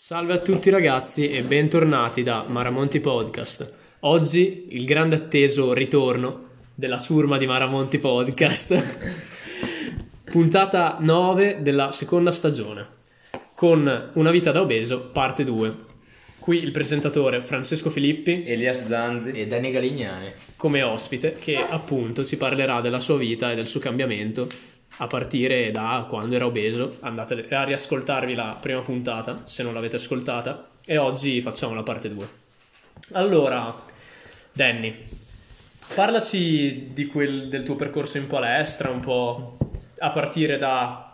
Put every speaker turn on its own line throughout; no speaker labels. Salve a tutti ragazzi e bentornati da Maramonti Podcast. Oggi il grande atteso ritorno della surma di Maramonti Podcast, puntata 9 della seconda stagione, con Una vita da obeso, parte 2. Qui il presentatore Francesco Filippi
Elias Zanzi.
e Dani Galignani.
come ospite che appunto ci parlerà della sua vita e del suo cambiamento a partire da quando era obeso. Andate a riascoltarvi la prima puntata se non l'avete ascoltata e oggi facciamo la parte 2. Allora, Danny, parlaci di quel- del tuo percorso in palestra un po' a partire da,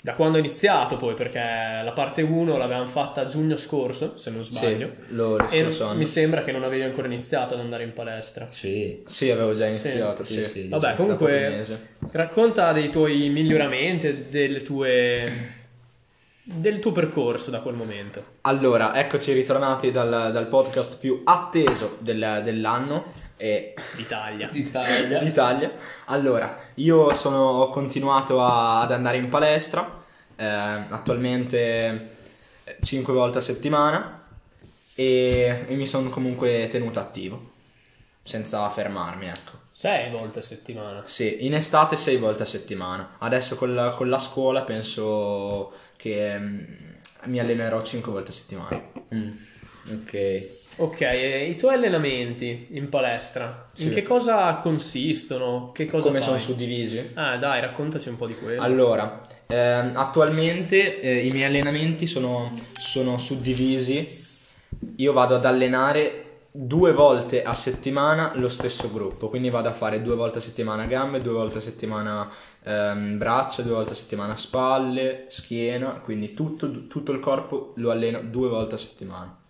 da quando hai iniziato poi perché la parte 1 l'avevamo fatta a giugno scorso se non sbaglio.
Sì, lo lo
E
scorso anno.
mi sembra che non avevi ancora iniziato ad andare in palestra.
Sì.
Sì, avevo già iniziato. Sì, sì. sì,
Vabbè,
da
comunque-
qualche mese.
Racconta dei tuoi miglioramenti, delle tue del tuo percorso da quel momento.
Allora, eccoci ritornati dal, dal podcast più atteso del- dell'anno e
L'Italia.
D'Italia.
d'Italia. Allora, io sono, ho continuato a- ad andare in palestra, eh, attualmente 5 volte a settimana e, e mi sono comunque tenuto attivo, senza fermarmi, ecco.
Sei volte a settimana.
Sì, in estate sei volte a settimana. Adesso con la, con la scuola penso che mm, mi allenerò 5 volte a settimana.
Mm, Ok.
Ok, e i tuoi allenamenti in palestra, in
Sì.
che cosa consistono? Che cosa
Come
fai?
sono suddivisi?
Ah, dai, raccontaci un po' di quello.
Allora, ehm, attualmente eh, i miei allenamenti sono, sono suddivisi. Io vado ad allenare due volte a settimana lo stesso gruppo, quindi vado a fare due volte a settimana gambe, due volte a settimana ehm, braccia, due volte a settimana spalle, schiena, quindi tutto, tutto il corpo lo alleno due volte a settimana.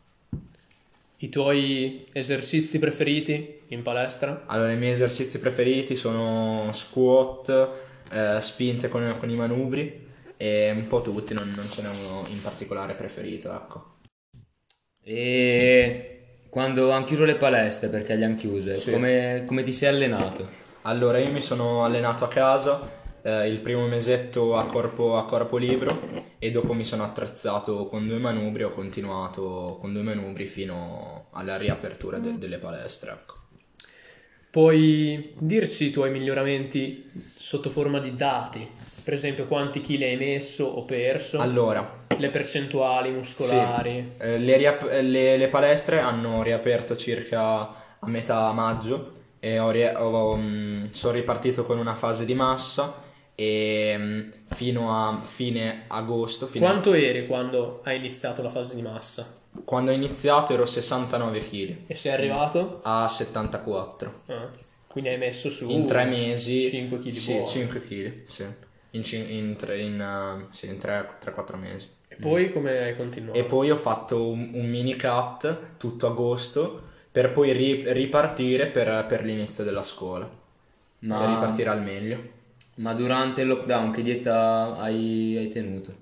I tuoi esercizi preferiti in palestra?
Allora, i miei esercizi preferiti sono squat, eh, spinte con, con i manubri e un po' tutti, non, non ce n'è uno in particolare preferito, ecco.
E quando hanno chiuso le palestre, perché le hanno chiuse,
Sì.
come, come ti sei allenato?
Allora, io mi sono allenato a casa, eh, il primo mesetto a corpo, a corpo libero e dopo mi sono attrezzato con due manubri, ho continuato con due manubri fino alla riapertura de- delle palestre, ecco.
Puoi dirci i tuoi miglioramenti sotto forma di dati? Per esempio, quanti chili hai messo o perso?
Allora,
le percentuali muscolari.
Eh, le, riap- le- le palestre hanno riaperto circa a metà maggio e ho ri- ho, mm, sono ripartito con una fase di massa e mm, fino a fine agosto, fino a-
Quanto eri quando hai iniziato la fase di massa?
quando ho iniziato ero 69 kg
E sei arrivato?
a 74.
Ah, quindi hai messo su
in tre mesi
5 kg
Sì, 5 kg, sì. In, cin- in tre- in, eh, sì, in 3-4 mesi.
E poi come hai continuato?
E poi ho fatto un, un mini cut tutto agosto per poi ri- ripartire per, per l'inizio della scuola. Per
Ma,
ripartire al meglio.
ma durante il lockdown che dieta hai, hai tenuto?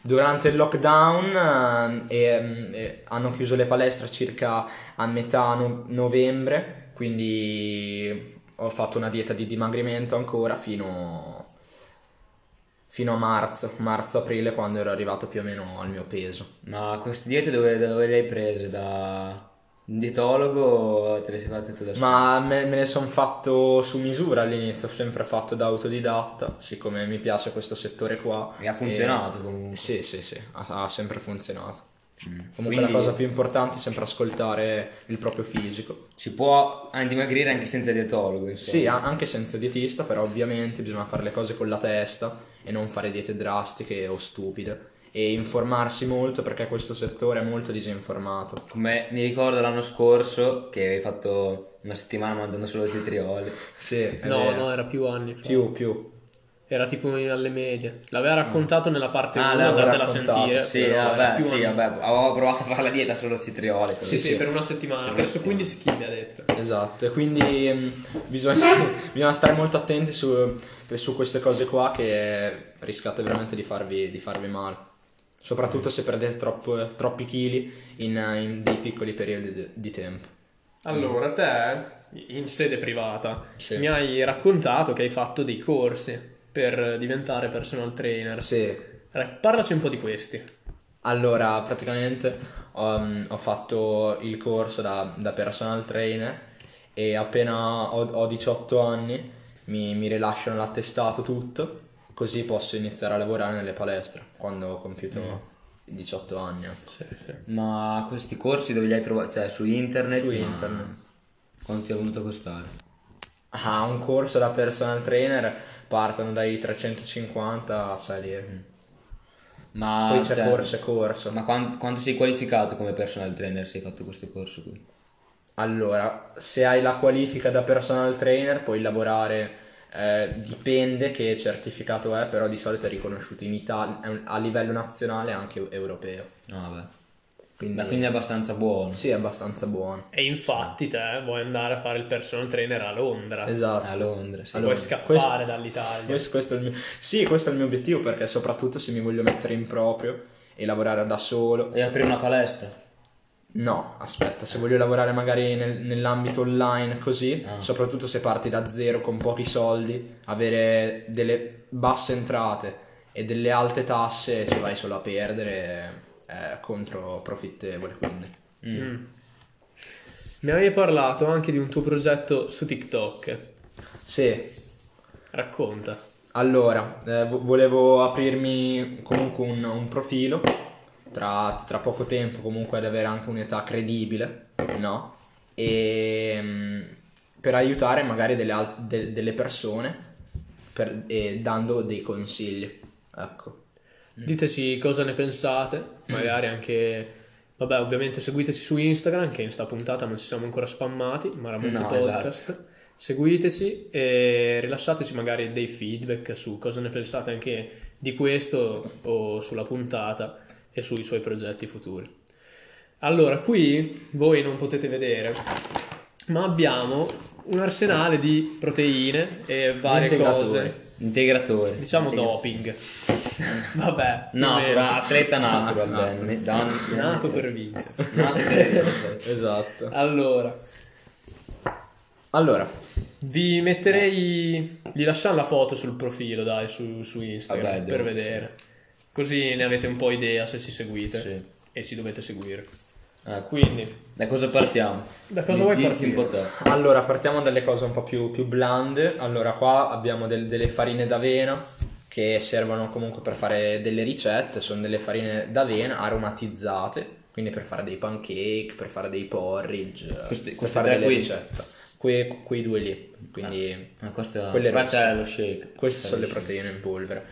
Durante il lockdown eh, ehm, eh, hanno chiuso le palestre circa a metà no- novembre, quindi ho fatto una dieta di dimagrimento ancora fino, fino a marzo, marzo-aprile quando ero arrivato più o meno al mio peso.
Ma queste diete dove, da dove le hai prese? Da un dietologo o te le sei fatte tu da solo?
Ma me, me ne sono fatto su misura all'inizio, ho sempre fatto da autodidatta, siccome mi piace questo settore qua.
E ha funzionato
Eh,
comunque. Mm.
sì, sì, sì, ha, ha sempre funzionato. Comunque
Quindi
la cosa più importante è sempre ascoltare il proprio fisico.
si può ah, dimagrire anche senza dietologo, insomma.
Sì, a- anche senza dietista, però ovviamente bisogna fare le cose con la testa e non fare diete drastiche o stupide. E informarsi molto perché questo settore è molto disinformato.
Come mi ricordo l'anno scorso che avevi fatto una settimana mangiando solo cetrioli.
Sì, è
No,
vero.
no, era più anni fa.
Più, più.
Era tipo alle medie. L'aveva raccontato nella parte 1,
Ah, l'avevo
andatela a
raccontato,
sentire.
Sì,
però era
vabbè,
più
sì,
anni.
vabbè, avevo provato a fare la dieta solo cetrioli. solo-
Sì, sì, per una settimana. Ha perso 15 kg, ha detto.
Esatto, e quindi mm, bisogna, bisogna stare molto attenti su, su queste cose qua che rischiate veramente di farvi, di farvi male. Soprattutto se perdete troppo- troppi chili in, in dei piccoli periodi de- di tempo.
Allora, te in sede privata
Sì.
mi hai raccontato che hai fatto dei corsi per diventare personal trainer.
Sì.
Ra- Parlaci un po' di questi.
Allora, praticamente um, ho fatto il corso da, da personal trainer e appena ho, ho 18 anni mi, mi rilasciano l'attestato tutto, così posso iniziare a lavorare nelle palestre quando ho compiuto 18 anni. ecco.
Ma questi corsi dove li hai trovati? Cioè su internet?
Su
ma
internet.
Quanto ti è venuto a costare?
Ah, un corso da personal trainer partono dai 350 a salire.
Ma,
Poi c'è
cioè,
corso e corso.
ma quan- quanto, sei qualificato come personal trainer se hai fatto questo corso qui?
Allora, se hai la qualifica da personal trainer puoi lavorare, eh, dipende che certificato è, però di solito è riconosciuto in Italia, è un- a livello nazionale e anche europeo.
Ah vabbè.
Quindi,
Ma quindi è abbastanza buono.
sì, è abbastanza buono.
E infatti te vuoi andare a fare il personal trainer a Londra.
Esatto.
A Londra, sì.
Puoi
Allora,
scappare
questo-
dall'Italia.
Questo, questo è il mio... Sì, questo è il mio obiettivo perché soprattutto se mi voglio mettere in proprio e lavorare da solo.
E aprire una palestra?
No, aspetta, se voglio lavorare magari nel- nell'ambito online così,
Ah.
soprattutto se parti da zero con pochi soldi, avere delle basse entrate e delle alte tasse, se vai solo a perdere è controprofittevole quindi.
Mm. Mi avevi parlato anche di un tuo progetto su TikTok.
Sì,
Racconta.
Allora, eh, vo- volevo aprirmi comunque un, un profilo tra, tra poco tempo, comunque ad avere anche un'età credibile, no? E mm, per aiutare magari delle, al- de- delle persone per- e dando dei consigli, ecco.
Diteci cosa ne pensate, magari anche... Vabbè, ovviamente seguiteci su Instagram, che in sta puntata non ci siamo ancora spammati, ma era molto
No,
podcast. Seguiteci e rilasciateci magari dei feedback su cosa ne pensate anche di questo o sulla puntata e sui suoi progetti futuri. Allora, qui voi non potete vedere, ma abbiamo un arsenale di proteine e varie
Integratori.
cose.
Integratore.
Diciamo doping. Vabbè. più o
No,
meno.
atleta natural, Dan. Dan-
Nato per vincere.
Nato per-
Esatto.
Allora,
Allora,
vi metterei... Vi lasciamo la foto sul profilo, dai, su, su Instagram,
Vabbè, devo-
per vedere. Così ne avete un po' idea se ci seguite
Sì.
e ci dovete seguire.
Ecco.
Quindi,
Da cosa partiamo?
Da cosa vuoi
Dici un po' te.
allora, partiamo dalle cose un po' più, più blande. Allora, qua abbiamo del- delle farine d'avena che servono comunque per fare delle ricette. Sono delle farine d'avena aromatizzate, quindi per fare dei pancake, per fare dei porridge,
Questi-
per
questi
fare
tre
delle
qui?
ricette. Que- quei due lì. Quindi
Ah, questa,
Quelle
questa
rosse.
è lo shake.
queste sono le proteine in polvere.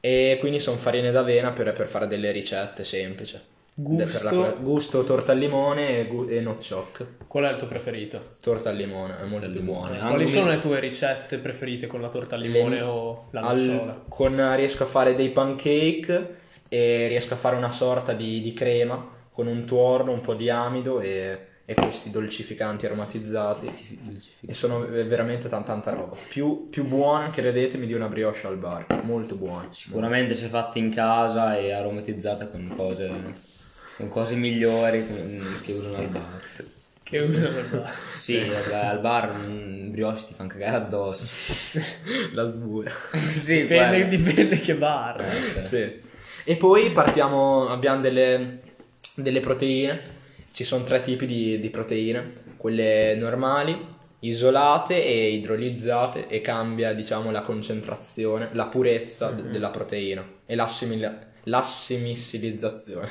E quindi sono farine d'avena per, per fare delle ricette semplici.
Gusto?
Per la- gusto torta al limone e, gu- e noccioc.
qual è il tuo preferito?
Torta al limone, è molto più buona.
limone.
Quali
Anche
sono
Eh, mi- Mm.
le tue ricette preferite con la torta al limone
Le-
o la
Al-
nocciola?
con, riesco a fare dei pancake e riesco a fare una sorta di, di crema con un tuorlo, un po' di amido e, e questi dolcificanti aromatizzati. E sono ve- veramente tan- tanta roba. Più, più buona, credetemi, di una brioche al bar. Molto buona.
Sicuramente se fatta in casa e aromatizzata con cose, con cose migliori con- che usano al bar.
Che uso per fare?
Sì, al- al bar un brioche ti fanno cagare addosso.
La sbura.
sì,
Dipende,
guarda.
dipende che bar.
Eh, sì.
Sì. E poi partiamo, abbiamo delle, delle proteine. Ci sono tre tipi di, di proteine, quelle normali, isolate e idrolizzate e cambia diciamo la concentrazione, la purezza
Mm-hmm.
de- della proteina e l'assimila- l'assimisilizzazione.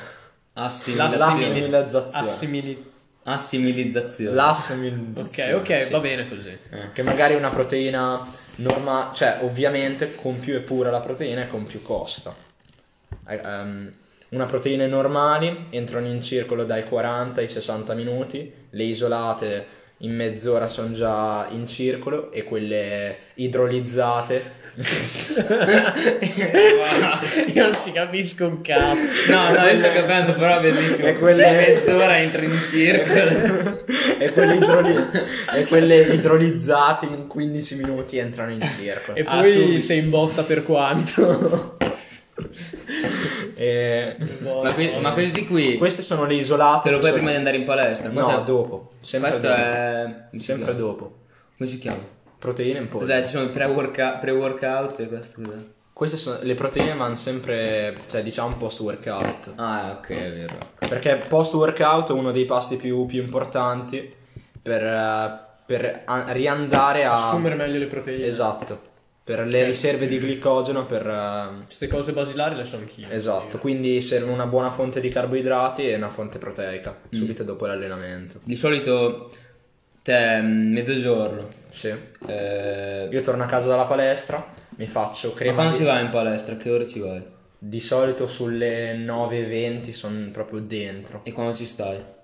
Assimilizzazione.
L'assimi-
L'assimilizzazione.
Assimili...
Assimilizzazione.
Ok,
L'assimilizzazione.
ok,
sì.
va bene così.
Che magari una proteina normale, cioè ovviamente con più è pura la proteina e con più costa. Eh, ehm, una proteina normali entrano in circolo dai 40 ai 60 minuti, le isolate in mezz'ora sono già in circolo e quelle idrolizzate
Io non ci capisco un cazzo.
No, no, io sto capendo, però è bellissimo.
E quelle-
mezz'ora entri in circolo.
e quelle, idroli- e quelle idrolizzate in 15 minuti entrano in circolo.
E
Ah,
poi
subito.
sei in botta per quanto.
Ah. E-
ma, que- ma questi qui
queste sono le isolate.
te lo fai
sono-
prima di andare in palestra? Questo
No,
è-
dopo. Sempre
questo
dopo.
è
Sempre dopo.
Come si chiama?
Proteine in polvere.
Esatto. Cos'è? Ci sono i pre-worka- pre-workout e questo cos'è?
Queste sono le proteine vanno sempre, cioè diciamo post workout.
Ah, ok, è vero.
Perché post workout è uno dei pasti più, più importanti per, eh, per a- riandare a...
Assumere meglio le proteine.
Esatto. Per le riserve di glicogeno, per... eh,
Queste cose basilari le so anch'io.
Esatto, quindi serve una buona fonte di carboidrati e una fonte proteica
Mm.
subito dopo l'allenamento.
Di solito te mm, mezzogiorno.
Sì.
eh,
Io torno a casa dalla palestra, mi faccio
ma
crema
quando
di,
si va in palestra? Che ora ci vai?
di solito sulle 9.20 sono proprio dentro.
E quando ci stai?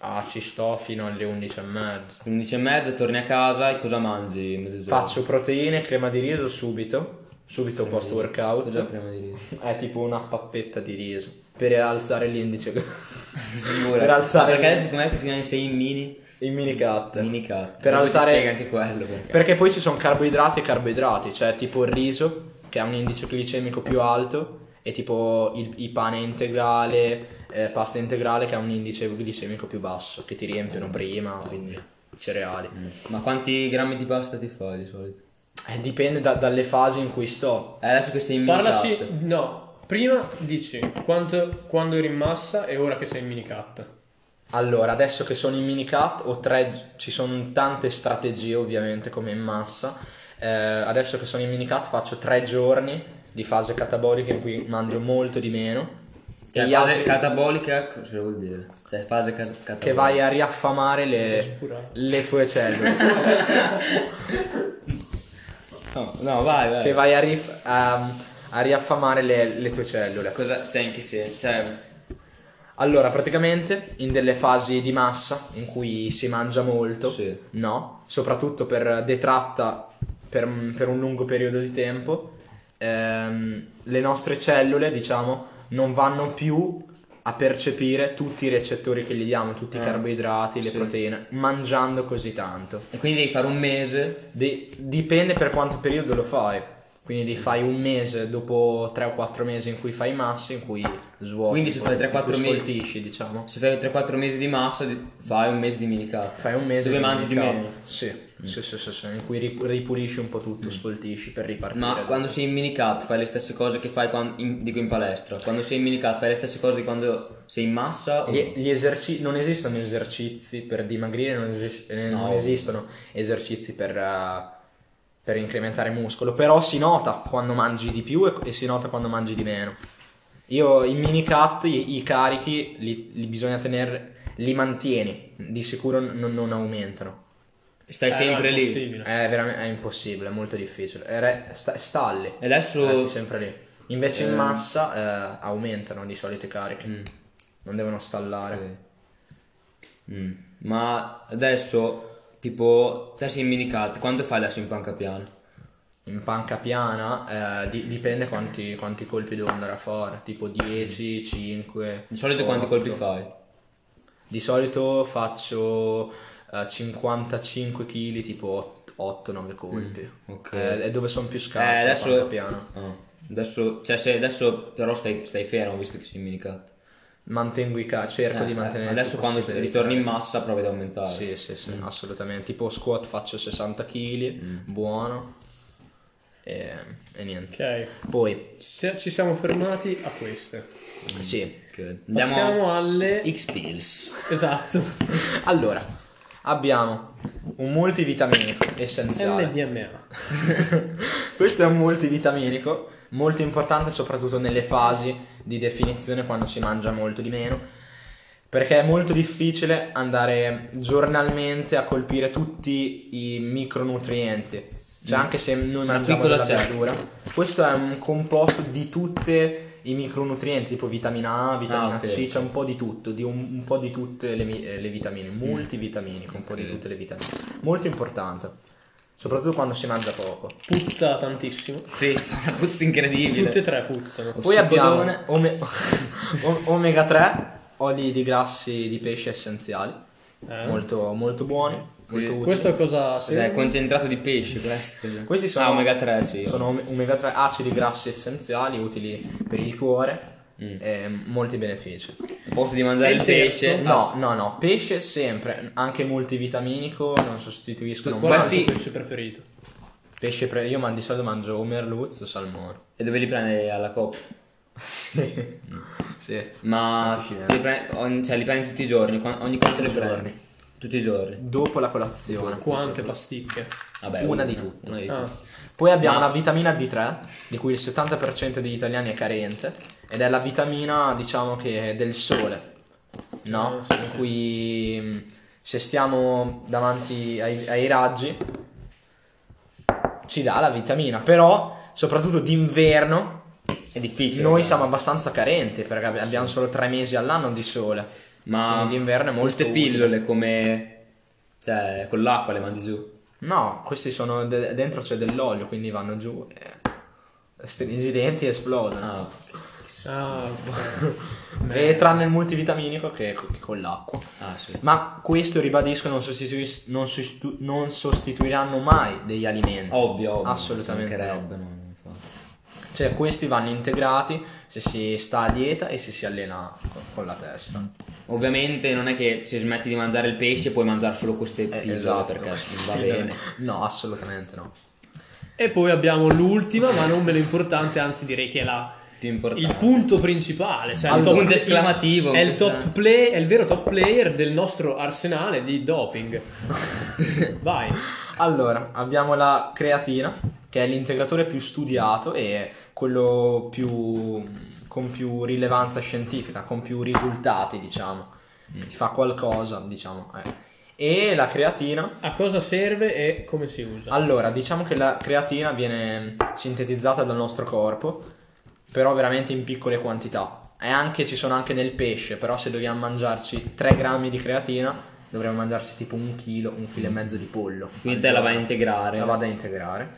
Ah, ci sto fino alle 11.30.
Alle 11 e mezza torni a casa e cosa mangi a mezzogiorno?
Faccio proteine, crema di riso subito, subito post
Cosa
workout.
prima di riso?
È tipo una pappetta di riso per alzare l'indice,
Sicura.
Per alzare-
Perché adesso com'è che si chiamano i sei mini?
il mini cut.
Mini cut.
Per
Dopo ti
alzare-
spiega anche quello perché.
Perché poi ci sono carboidrati e carboidrati, cioè tipo il riso che ha un indice glicemico più alto e tipo il, il pane integrale, eh, pasta integrale che ha un indice glicemico più basso, che ti riempiono prima, quindi cereali.
Ma quanti grammi di pasta ti fai di solito?
Eh, dipende da- dalle fasi in cui sto.
Eh, adesso che sei in mini
Parlaci,
cut.
no, prima dici quanto, quando eri in massa e ora che sei in mini cut.
Allora, adesso che sono in mini cut o tre, ci sono tante strategie ovviamente come in massa. Eh, adesso che sono in mini cut faccio tre giorni di fase catabolica in cui mangio molto di meno.
Cioè,
E gli
fase
altri-
catabolica, cosa vuol dire? Cioè, fase cas- catabolica.
che vai a riaffamare le,
Sicura.
le tue cellule.
No, no, vai, vai.
che vai a, rif- a- a riaffamare le, le tue cellule.
Cosa, cioè, in che senso? Cioè,
Allora, praticamente in delle fasi di massa in cui si mangia molto,
Sì.
no? Soprattutto per detratta per, per un lungo periodo di tempo, ehm, le nostre cellule, diciamo, non vanno più a percepire tutti i recettori che gli diamo, tutti i
Eh.
carboidrati, le
Sì.
proteine, mangiando così tanto.
e quindi devi fare un mese.
Di- dipende per quanto periodo lo fai. Quindi li fai un mese dopo 3 o 4 mesi in cui fai massa, in cui svuoti.
Quindi se
un po',
fai
in cui
3-4 mesi-
sfoltisci, diciamo.
Se fai 3-4 mesi di massa, di- fai un mese di mini cut.
Fai un mese
Dove mangi di
cut.
meno. Mm.
Sì. Sì, sì, sì, sì, in cui ri- ripulisci un po' tutto, sfoltisci per ripartire.
Ma quando sei in mini cut fai le stesse cose che fai quan- in- dico in palestra. Quando sei in mini cut fai le stesse cose di quando sei in massa o
Gli,
no?
gli eserci- non esistono esercizi per dimagrire, non, esis- eh, non
No.
esistono esercizi per, eh, per incrementare muscolo, però si nota quando mangi di più e, e si nota quando mangi di meno. Io i mini cut, i, i carichi, li, li bisogna tenere, li mantieni, di sicuro non, non aumentano.
Eh,
Stai sempre lì.
Eh,
Eh.
È veramente è impossibile, è molto difficile. È re- sta, sta lì,
E adesso
resti Eh, sempre lì. Invece in massa eh, aumentano di solito i carichi,
Mm.
non devono stallare.
Ok. Mm. Ma adesso tipo te sei in mini cut, quanto fai adesso in panca piana?
In panca piana eh, di- dipende quanti, quanti colpi devo andare a fare, tipo 10, 5.
Di solito quanti colpi fai?
Di solito faccio eh, 55 kg, tipo 8-9 colpi.
Mm. ok.
Eh, è dove sono più scarso
Eh,
in
adesso-
panca piana.
Ah. Adesso, cioè, se adesso però stai, stai fermo visto che sei in mini cut.
Mantengo i ca- cerco di
Eh,
mantenere il
adesso
più
quando
possibile i
ritorni in
carichi.
massa provi ad aumentare.
Sì, sì, sì, assolutamente. Tipo squat faccio 60 kg, buono. E, e niente.
Ok,
Poi,
se- ci siamo fermati a queste.
sì,
Ok. Andiamo
Passiamo alle...
X-Pills.
Esatto,
Allora, abbiamo un multivitaminico essenziale.
MDMA.
Questo è un multivitaminico molto importante soprattutto nelle fasi di definizione quando si mangia molto di meno, perché è molto difficile andare giornalmente a colpire tutti i micronutrienti.
Mm.
Cioè anche se noi mangiamo
cosa
della
c'è?
verdura, questo è un composto di tutti i micronutrienti, tipo vitamina A, vitamina
Ah, ok.
C, c'è un po' di tutto, di un, un po' di tutte le, mi- eh, le vitamine, multivitaminico, un po' di
Ok.
tutte le vitamine. Molto importante, soprattutto quando si mangia poco.
Puzza tantissimo.
Sì, fa una puzza incredibile.
Tutte e tre puzzano.
Poi abbiamo
Ossicodone.
ome- o- omega 3, oli di grassi di pesce essenziali,
Eh.
molto, molto buoni, molto utili.
Questo cosa
Cos'è?
serve?
Cioè, Concentrato di pesce questo.
Questi sono,
Ah, omega 3, sì.
sono ome- omega 3 acidi grassi essenziali utili per il cuore e molti benefici.
Al posto di mangiare
E
il
il
pesce. Ah,
terzo?
No, no, no, pesce sempre, anche multivitaminico, non sostituiscono
Qual
mai
è il tuo
Questi-
pesce preferito?
pesce, Pesce pre- io man- di solito mangio o merluzzo o salmone.
E dove li prende alla coppa?
sì.
Ma
Cucina.
li, pre- ogni- cioè, li prendi tutti i giorni? Qua- ogni quanto li prendi? Tutti i giorni?
Dopo la colazione.
Quante pasticche?
Vabbè,
Una di tutte.
Una di
Ah,
tutte.
Poi abbiamo
Ma-
la vitamina D3, di cui il 70% degli italiani è carente, ed è la vitamina, diciamo che, del sole, no?
Ah, sì.
In cui mh, se stiamo davanti ai, ai raggi ci dà la vitamina, però soprattutto d'inverno eh.
È difficile.
noi
ma-
siamo abbastanza carenti perché abbi- abbiamo solo tre mesi all'anno di sole.
Ma
Quindi d'inverno è molto
Queste pillole come... Cioè, con l'acqua le mandi giù.
No, questi sono de- dentro c'è dell'olio, quindi vanno giù e stringi i denti e esplodono.
Ah,
ah,
E Eh, tranne il multivitaminico che, che con l'acqua.
ah sì.
Ma questo ribadisco non, sostituis- non sostitu- non sostituiranno mai degli alimenti.
Ovvio, ovvio.
Assolutamente
ci
no.
mancherebbe, no, non fa.
Cioè questi vanno integrati se si sta a dieta e se si allena co- con la testa.
Mm. Ovviamente non è che se smetti di mangiare il pesce puoi mangiare solo queste
Eh,
pillole
esatto,
perché
questi
non va
film-
bene.
No, assolutamente no.
E poi abbiamo l'ultima, ma non meno importante, anzi direi che è la-
Più importante.
il punto principale. Cioè
Al
il top-
punto esclamativo,
È il,
questa-
top play, è il vero top player del nostro arsenale di doping. Vai.
Allora, abbiamo la creatina, che è l'integratore più studiato e quello più con più rilevanza scientifica, con più risultati, diciamo.
Mm.
Ti fa qualcosa, diciamo. eh. E la creatina
A cosa serve e come si usa?
Allora, diciamo che la creatina viene sintetizzata dal nostro corpo, però veramente in piccole quantità. E anche, ci sono anche nel pesce, però se dobbiamo mangiarci 3 grammi di creatina, dovremmo mangiarci tipo un chilo, un chilo e mezzo di pollo.
Mm. Quindi
al
te la vai a
giorno.
integrare.
La vado a integrare.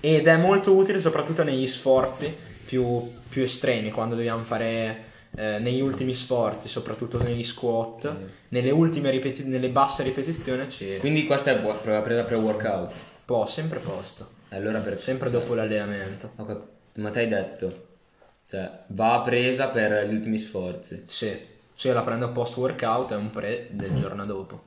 Ed è molto utile soprattutto negli sforzi più, più estremi, quando dobbiamo fare eh, negli ultimi sforzi, soprattutto negli squat,
Mm.
nelle ultime ripeti- nelle basse ripetizioni ci
Quindi questa è buona, pre- presa pre-workout.
può sempre posto.
Allora per
Sempre
cioè,
dopo l'allenamento.
ho cap- ma te hai detto, cioè, va presa per gli ultimi sforzi.
Sì. Se io la prendo post workout è un pre del giorno dopo.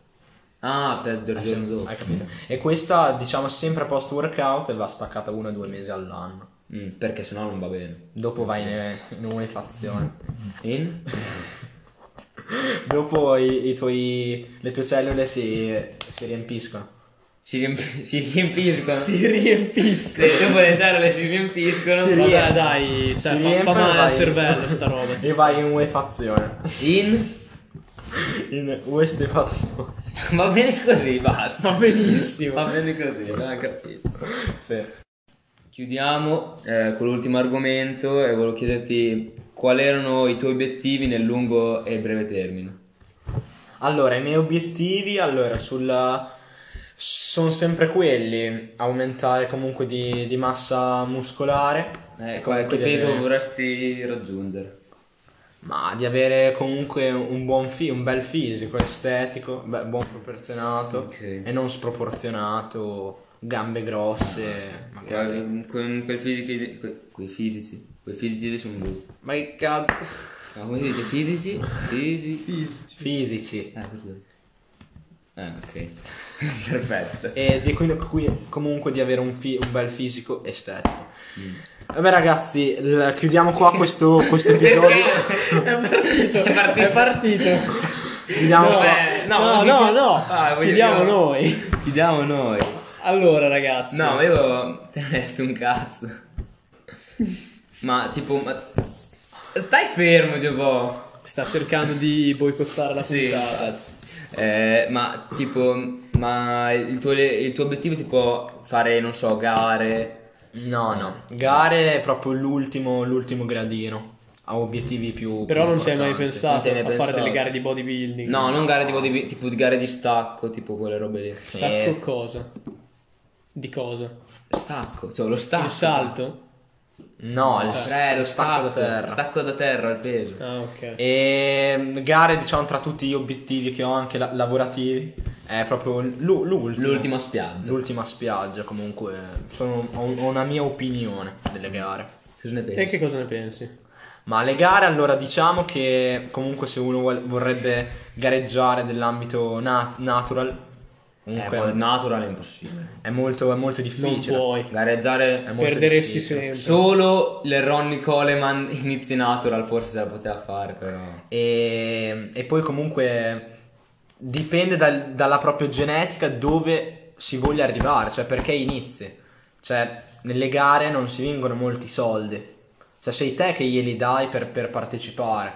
Ah, per il giorno dopo.
Hai capito? E questa diciamo sempre post workout e va staccata uno o due mesi all'anno.
Mm, perché sennò non va bene.
Dopo vai in, in umefazione.
In?
Dopo i, i tuoi, le tue cellule si, si riempiscono.
Si, riemp- si riempiscono.
Si riempiscono.
Le- dopo le cellule si riempiscono.
Si
Vabbè.
Vabbè, dai, cioè,
Si
fa- fa,
riempiono,
male
vai.
al cervello sta roba. ci
E
sta.
vai in umefazione.
In?
In uestefazione.
Va bene così, basta.
Va benissimo.
Va bene così, abbiamo capito.
Sì.
Chiudiamo eh, con l'ultimo argomento e volevo chiederti quali erano i tuoi obiettivi nel lungo e breve termine.
Allora, i miei obiettivi, allora, sulla... sono sempre quelli, aumentare comunque di, di massa muscolare,
Eh,
Comunque
qualche
di
peso
avere-
vorresti raggiungere?
ma di avere comunque un buon fi- un bel fisico, estetico, beh, buon proporzionato
Ok.
e non sproporzionato, gambe
Ah,
grosse,
Cioè,
magari.
Con con quei fisici, que- quei fisici, quei fisici lì sono brutti.
Ma che cazzo?
Ma come si dice? Fisici? Fisici?
Fisici.
Ah, questo. Ah, ok. Perfetto.
E di cui, cui- comunque di avere un, fi- un bel fisico estetico.
Mm.
Vabbè ragazzi, l- chiudiamo qua questo, questo episodio.
È partito. È partito.
Chiudiamo qua.
Vabbè, no,
no, no,
voglio-
no,
Ah, voglio-
chiudiamo noi.
Chiudiamo noi.
Allora, ragazzi.
No, ma io te ne ho detto un cazzo. Ma tipo, ma... stai fermo, tipo.
Sta cercando di boicottare la
Sì,
puntata.
infatti. Eh, ma tipo, ma il tuo, il tuo obiettivo è tipo fare, non so, gare.
No, no, gare è proprio l'ultimo, l'ultimo gradino. Ha obiettivi più.
Però
più
non ci hai mai
importanti.
pensato
Non ci hai mai
a
pensato.
fare delle gare di bodybuilding.
No, non gare tipo di, tipo di gare di stacco, tipo quelle robe lì.
Stacco
Eh.
cosa? Di cosa?
Stacco, cioè lo
Il
stacco.
salto?
No, il
Eh, lo stacco,
da terra.
Stacco da terra, il peso.
Ah, ok.
Eh,
E gare, diciamo, tra tutti gli obiettivi che ho, anche la- lavorativi, è proprio l'u- l'ultimo.
L'ultima spiaggia.
L'ultima spiaggia, comunque. Sono- ho, un- ho una mia opinione delle gare.
Cosa ne pensi?
E che cosa ne pensi?
Ma le gare, allora diciamo che comunque se uno vuol- vorrebbe gareggiare nell'ambito na- natural,
Comunque,
Comunque-
natural Eh, è impossibile.
È molto, è molto
Non
difficile.
puoi.
Gareggiare
È molto
Perderesti
difficile.
sempre.
Solo le Ronnie Coleman inizi natural forse se la poteva fare, però.
E, e poi comunque dipende dal- dalla propria genetica dove si voglia arrivare, cioè perché inizi. Cioè, nelle gare non si vincono molti soldi. Cioè, sei te che glieli dai per, per partecipare.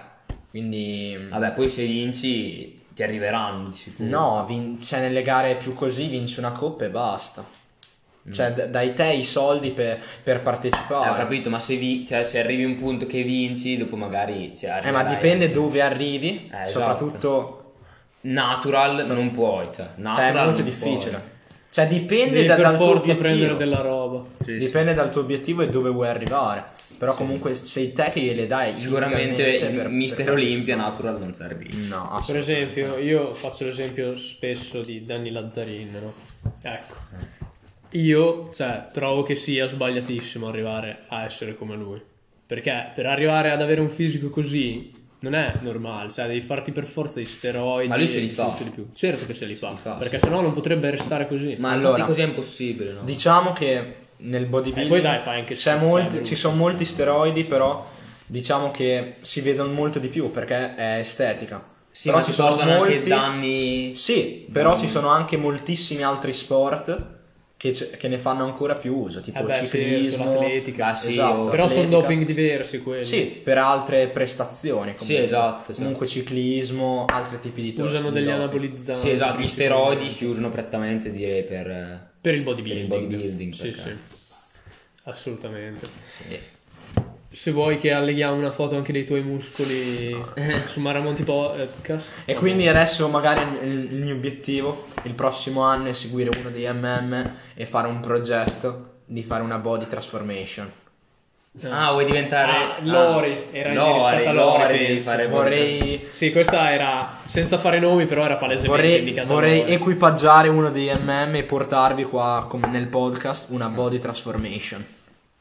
Quindi...
Mm. Vabbè, poi se vinci ti arriveranno di sicuro.
No, vin- cioè, nelle gare più così vinci una coppa e basta. Cioè, d- dai te i soldi per, per
Mm. Eh,
partecipare.
ho capito, ma se, vi- cioè, se arrivi a un punto che vinci, dopo magari cioè,
Eh, ma
arriverai-
dipende dove arrivi,
Eh, esatto.
soprattutto
Natural non puoi, cioè,
cioè,
natural
è molto
non
difficile.
puoi.
Cioè, dipende
Devi
da-
per
dal tuo
forza
obiettivo.
prendere della roba.
Dipende dal tuo obiettivo e dove vuoi arrivare. Però comunque sei te che gliele dai.
Sicuramente il
inizialmente cioè, per-
Mister
per-
Olimpia natural non serve.
No,
Per
assolutamente.
esempio, io faccio l'esempio spesso di Danny Lazzarin, no? Ecco. Io, cioè, trovo che sia sbagliatissimo arrivare a essere come lui. Perché per arrivare ad avere un fisico così non è normale, cioè devi farti per forza di steroidi
Ma lui se li
e
fa.
tutto di più. Certo che se li fa,
li fa,
perché sennò non potrebbe restare così.
Ma
Allora-
allora, così è impossibile, no?
Diciamo che nel
E
bodybuilding
Eh, poi dai, fai anche
c'è
schifo,
molti-
cioè, brutto.
ci sono molti steroidi, però diciamo che si vedono molto di più perché è estetica.
Sì,
però
ma ci sono anche danni... Mm.
Sì, però ci sono anche moltissimi altri sport che, c- che ne fanno ancora più uso, tipo
Eh beh, certo,
ciclismo,
l'atletica.
Ah, sì,
esatto,
o-
Però sono
atletica.
doping diversi quelli.
Sì, per altre prestazioni. Comunque.
Sì, esatto, esatto.
Comunque ciclismo, altri tipi di to-
Usano
di
degli
doping.
anabolizzanti.
Sì, esatto, gli steroidi si usano prettamente direi per... eh,
Per il bodybuilding.
Per il bodybuilding,
Sì,
perché-
sì. Assolutamente.
sì.
Se vuoi che alleghiamo una foto anche dei tuoi muscoli su Maramonti Podcast.
E quindi adesso magari il, il mio obiettivo il prossimo anno è seguire uno dei MM e fare un progetto di fare una body transformation.
Ah, vuoi diventare...
Ah, Lori,
ah,
era
Lori,
indirizzata a Lori,
Lori, devi
penso.
fare
Vorrei,
Sì, questa era senza fare nomi, però era palesemente
vorrei,
indicata
vorrei
loro.
equipaggiare uno dei MM e portarvi qua come nel podcast una body transformation.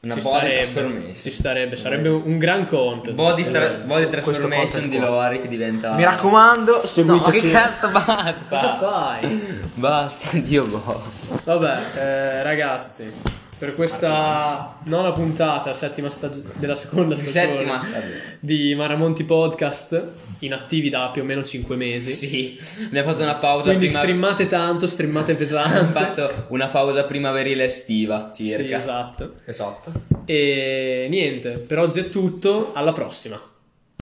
Una
Ci
body
starebbe, Ci
transformation.
starebbe, sarebbe un gran conto.
Body, stra- body
Questo
transformation
content
di
qua.
Lori che diventa...
Mi
No,
raccomando,
ma che
seguiteci.
cazzo,
Cosa
basta!
fai?
Basta, Dio boh.
Vabbè, eh, ragazzi, per questa nona puntata, settima stag- della seconda stagione
Settima stagione.
di Maramonti Podcast, inattivi da più o meno 5 mesi.
Sì, abbiamo fatto una pausa
Quindi
prima...
streamate tanto, streamate
Abbiamo
pesante.
fatto una pausa primaverile estiva,
Sì,
circa.
esatto.
Esatto.
E niente, per oggi è tutto, alla prossima.